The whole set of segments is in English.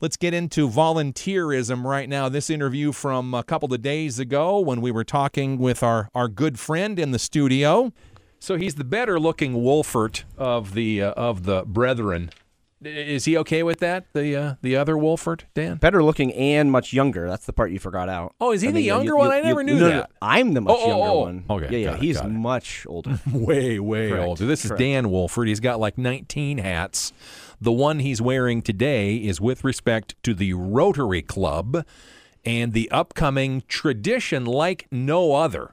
Let's get into volunteerism right now. This interview from a couple of days ago when we were talking with our, our good friend in the studio. So he's the better looking Wolfert of the uh, of the brethren. Is he okay with that? The uh, the other Wolfert, Dan? Better looking and much younger. That's the part you forgot out. Oh, is he the you know, younger one? I never knew no, no, that. no, I'm the much Oh, oh, younger oh. one. Okay, Yeah, yeah. got it, He's got it. much older. way, way Correct. older. This Correct. is Dan Wolford. He's got like 19 hats. The one he's wearing today is with respect to the Rotary Club and the upcoming tradition like no other.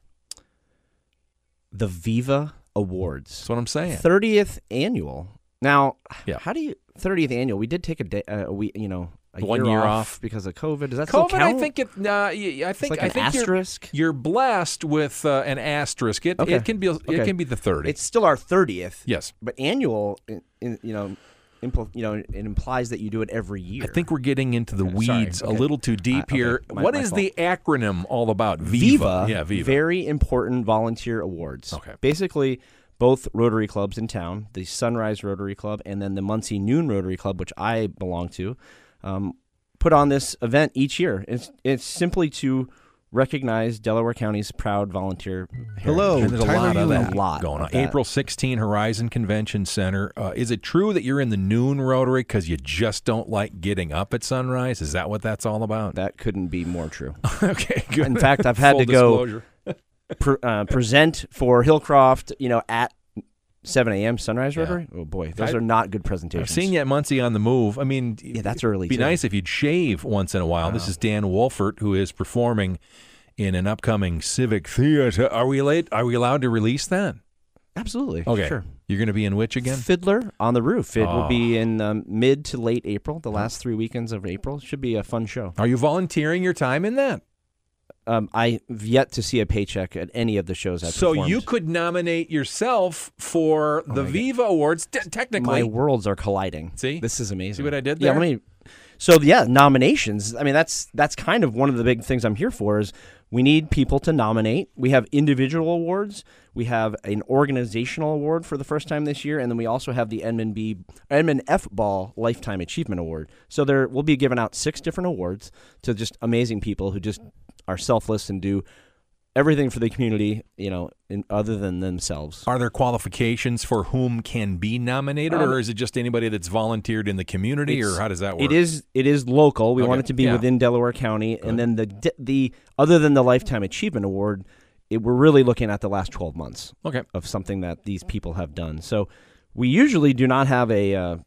the Viva Awards, That's what I'm saying. 30th annual. Now, Yeah. how do you 30th annual? We did take a day, uh, a week, you know, a One year off. because of COVID. Does that still COVID, I count? think it. Uh, y- I it's think like I an think you're, asterisk. you're blessed with uh, an asterisk. It, Okay. it can be it Okay. can be the 30. It's still our 30th. yes. But annual, in, in, you know, impl- you know, it implies that you do it every year. I think we're getting into the sorry. weeds Okay. a Uh, little too deep okay. here. My- what my is fault. the acronym all about? Viva, Yeah, Viva. very important volunteer awards. Okay. Basically, both Rotary clubs in town, the Sunrise Rotary Club and then the Muncie Noon Rotary Club, which I belong to, um, put on this event each year. It's it's simply to recognize Delaware County's proud volunteer. Hello, heritage. Tyler Ewing. A lot going of on. that. April 16, Horizon Convention Center. Uh, is it true that you're in the noon rotary because you just don't like getting up at sunrise? Is that what that's all about? That couldn't be more true. okay, good. In fact, I've had Full to go disclosure. pre- uh, present for Hillcroft, you know, at 7 a.m. Sunrise Yeah. Rotary. Oh boy, those I- are not good presentations. I've seen you at Muncie on the move. I mean, yeah, that's early, Be too. nice if you'd shave once in a while. This is Dan Wolfert who is performing in an upcoming civic theater. Are we late? Are we allowed to release that? Absolutely. Okay, Sure. you're going to be in which again? Fiddler on the Roof. It will be Oh. in um, mid to late April, the last three weekends of April. Should be a fun show. Are you volunteering your time in that? Um, I've yet to see a paycheck at any of the shows I've So you performed. could nominate yourself for the Viva Awards, t- technically. Oh My worlds are colliding. See? This is amazing. what I did Yeah, there? let me. So yeah, nominations. I mean, that's that's kind of one of the big things I'm here for is we need people to nominate. We have individual awards. We have an organizational award for the first time this year, and then we also have the Edmund B. Edmund F. Ball Lifetime Achievement Award. So there we'll be giving out six different awards to just amazing people who just are selfless and do everything for the community. You know, in, other than themselves. Are there qualifications for whom can be nominated, or is it just anybody that's volunteered in the community, or Um, It's- how does that work? It is it is local. We Okay, want it to be yeah. within Delaware County, and then the di- the other than the lifetime achievement award, it, we're really looking at the last twelve months Okay. of something that these people have done. So we usually do not have a, uh,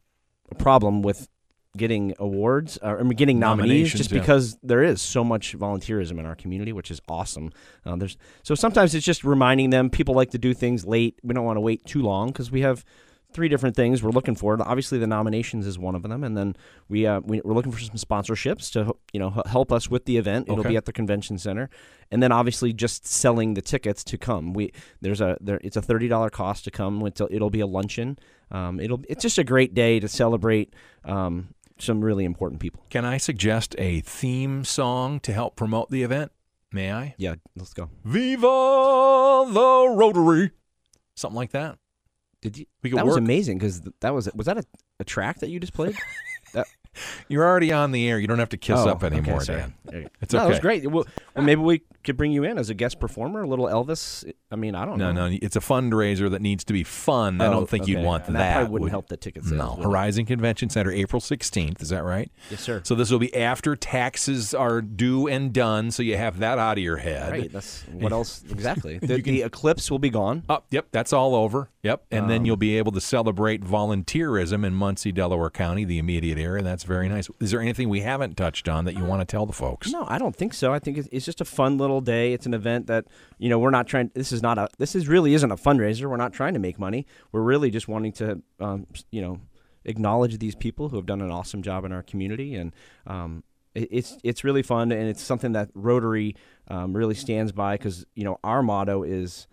a problem with getting awards or I mean, getting nominees Nominations, just yeah. because there is so much volunteerism in our community which is awesome um, there's so sometimes it's just reminding them people like to do things late we don't want to wait too long because we have three different things we're looking for obviously the nominations is one of them and then we, uh, we we're looking for some sponsorships to you know h- help us with the event it'll Okay. be at the convention center and then obviously just selling the tickets to come we there's a there it's a $30 cost to come it'll, it'll be a luncheon um, it'll it's just a great day to celebrate um, some really important people Can I suggest a theme song to help promote the event? May I? yeah let's go Viva the Rotary, something like that. did you We could that was work- amazing because that was was that a, a track that you just played You're already on the air. You don't have to kiss Oh, up anymore, okay, sorry. Dan. Okay. It's no, it was okay. great. Well, well, maybe we could bring you in as a guest performer, a little Elvis. I mean, I don't No, know. no, it's a fundraiser that needs to be fun. I Oh, don't think you'd okay. want And that. that probably wouldn't would- help the ticket sales, No, would it? Horizon Convention Center, April 16th. Is that right? Yes, sir. So this will be after taxes are due and done, so you have that out of your head. Right. That's what else exactly. The, the eclipse will be gone. Up, yep, that's all over. Yep, and Um, then you'll be able to celebrate volunteerism in Muncie, Delaware County, the immediate area. That's very nice. Is there anything we haven't touched on that you want to tell the folks? No, I don't think so. I think it's, it's just a fun little day. It's an event that you know we're not trying. This is not a. This is really isn't a fundraiser. We're not trying to make money. We're really just wanting to, um, s- you know, acknowledge these people who have done an awesome job in our community, and um, it, it's it's really fun, and it's something that Rotary um, really stands by because you know our motto is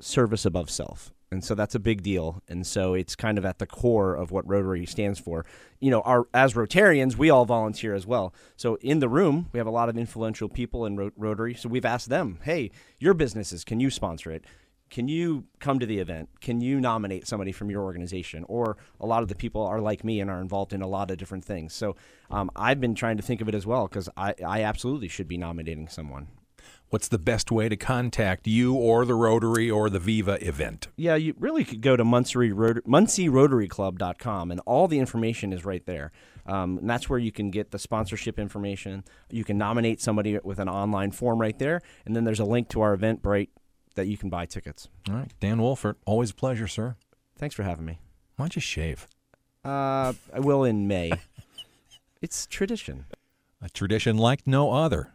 service above self. And so that's a big deal. And so it's kind of at the core of what Rotary stands for. You know, our, as Rotarians, we all volunteer as well. So in the room, we have a lot of influential people in Ro- Rotary. So we've asked them, hey, your businesses, can you sponsor it? can you come to the event? Can you nominate somebody from your organization? Or a lot of the people are like me and are involved in a lot of different things. So um, I've been trying to think of it as well because I, I absolutely should be nominating someone. What's the best way to contact you or the Rotary or the Viva event? Yeah, you really could go to Muncie Rot- MuncieRotaryClub.com, and all the information is right there. Um, and that's where you can get the sponsorship information. You can nominate somebody with an online form right there, and then there's a link to our Eventbrite that you can buy tickets. All right, Dan Wolfert, always a pleasure, sir. Thanks for having me. Why don't you shave? Uh, I will in May. it's tradition. A tradition like no other.